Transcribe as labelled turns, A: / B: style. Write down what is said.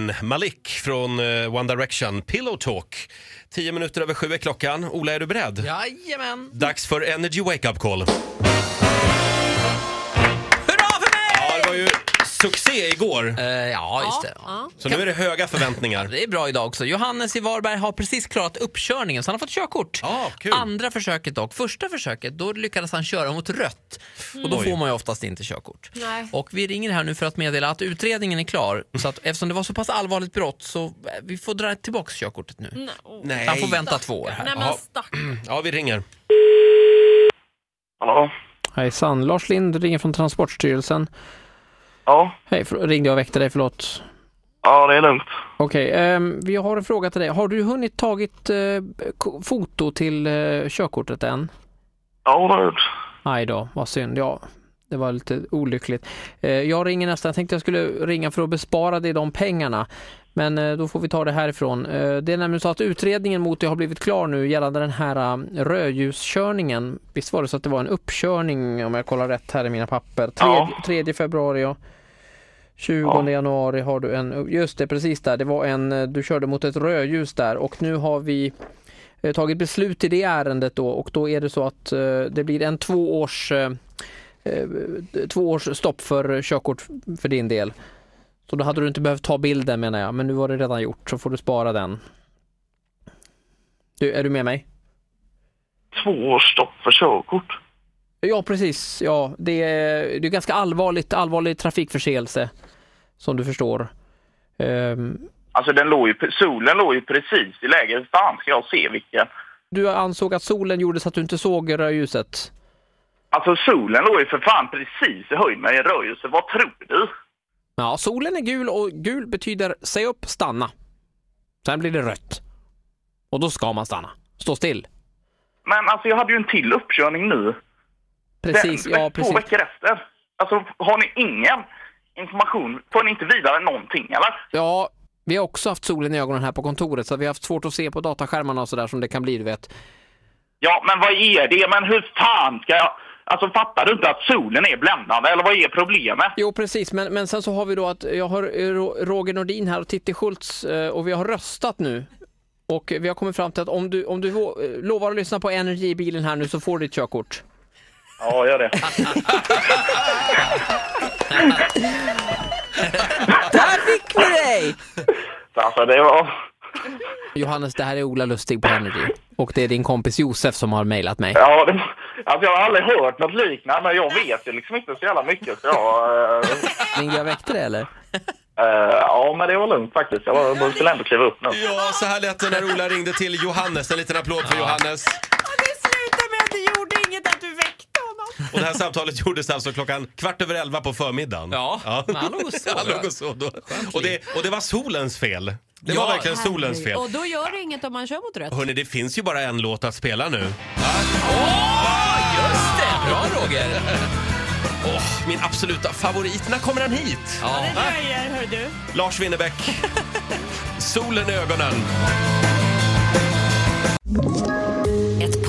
A: Zayn Malik från eh, One Direction, Pillow Talk. Tio minuter över sju är klockan. Ola, är du beredd?
B: Jajamän!
A: Dags för Energy Wake Up Call.
B: Hurra för
A: Ja,
B: mig!
A: det var ju succé igår,
B: Eh, ja, just det.
C: Ja.
A: så nu är det höga förväntningar.
B: Det är bra idag också. Johannes i Varberg har precis klarat uppkörningen så han har fått körkort.
A: Ja, kul.
B: Andra försöket dock. Första försöket då lyckades han köra mot rött och då
A: Oj.
B: får man ju oftast inte körkort.
C: Nej.
B: Och vi ringer här nu för att meddela att utredningen är klar. Så att eftersom det var så pass allvarligt brott så eh, vi får dra tillbaka körkortet nu.
C: Nej. åh.
A: Nej.
B: Han får vänta två år här.
C: Nej men
A: Jaha. Mm.
C: stackarn.
A: Ja, vi ringer.
D: Hallå?
E: Hejsan, Lars Lind ringer från Transportstyrelsen.
D: Ja,
E: Hej, för, ringde jag och väckte dig, förlåt.
D: ja det är lugnt.
E: Okej, ehm, vi har en fråga till dig. Har du hunnit tagit eh, ko- foto till eh, körkortet än?
D: Ja, det har jag gjort.
E: Aj då, vad synd. Ja, det var lite olyckligt. Eh, jag ringer nästan. Jag tänkte jag skulle ringa för att bespara dig de pengarna. Men eh, då får vi ta det härifrån. Eh, det är nämligen så att utredningen mot dig har blivit klar nu gällande den här eh, rödljuskörningen. Visst var det så att det var en uppkörning om jag kollar rätt här i mina papper?
D: Ja.
E: 3, 3 februari och 20
D: Ja.
E: januari har du en, just det precis där, det var en, eh, du körde mot ett rödljus där och nu har vi eh, tagit beslut i det ärendet då och då är det så att eh, det blir en två års, eh, eh, två års stopp för körkort f- för din del. Så då hade du inte behövt ta bilden menar jag, men nu var det redan gjort så får du spara den. Du, är du med mig?
D: Två års stopp för körkort.
E: Ja precis, ja det är, det är ganska allvarligt, allvarlig trafikförseelse som du förstår. Ehm,
D: Alltså den låg ju, pre- solen låg ju precis i läge. Hur fan ska jag se vilken?
E: Du ansåg att solen gjorde så att du inte såg rödljuset.
D: Alltså solen låg ju för fan precis i höjd med en rörelse. Vad tror du?
E: Ja, solen är gul och gul betyder säg upp, stanna. Sen blir det rött. Och då ska man stanna. Stå still.
D: Men alltså jag hade ju en till uppkörning nu.
E: Precis,
D: den, två
E: ja precis.
D: veckor efter. Alltså har ni ingen information? Får ni inte vidare någonting eller?
E: Ja, vi har också haft solen i ögonen här på kontoret så vi har haft svårt att se på dataskärmarna och sådär som det kan bli, du vet.
D: Ja, men vad är det? Men hur fan ska jag... Alltså fattar du inte att solen är bländande? Eller vad är problemet?
E: Jo, precis. Men, men sen så har vi då att jag har eh, Ro- Roger Nordin här och Titti Schultz eh, och vi har röstat nu. Och vi har kommit fram till att om du, om du eh, lovar att lyssna på Energy i bilen här nu så får du ditt körkort.
D: Ja, gör det.
E: Där fick vi dig!
D: Alltså det var...
E: Johannes, det här är Ola Lustig på Energy. Och det är din kompis Josef som har mejlat mig.
D: Ja, det, alltså jag har aldrig hört något liknande. Jag vet ju liksom inte så jävla mycket. Så jag, eh,
E: Ringde jag väckte det eller?
D: eh, ja, men det var lugnt faktiskt. Jag var- jag skulle ändå kliva upp nu.
A: Ja, så här lät det när Ola ringde till Johannes. En liten applåd för Johannes.
C: Det slutade med att du gjorde inget att du väckte honom.
A: Och det här samtalet gjordes alltså klockan kvart över elva på förmiddagen.
B: Ja, men han låg och sov.
A: Han låg och sov då. Och det, och det var solens fel. Det
B: Ja.
A: var verkligen solens fel.
C: Och då gör det inget om man kör mot rött.
A: Hörni, det finns ju bara en låt att spela nu.
B: Just det! Bra Roger!
A: Åh, min absoluta favorit. När kommer den hit?
B: Ja.
C: dröjer, hör du.
A: Lars Winnerbäck. Solen i ögonen.
F: Ett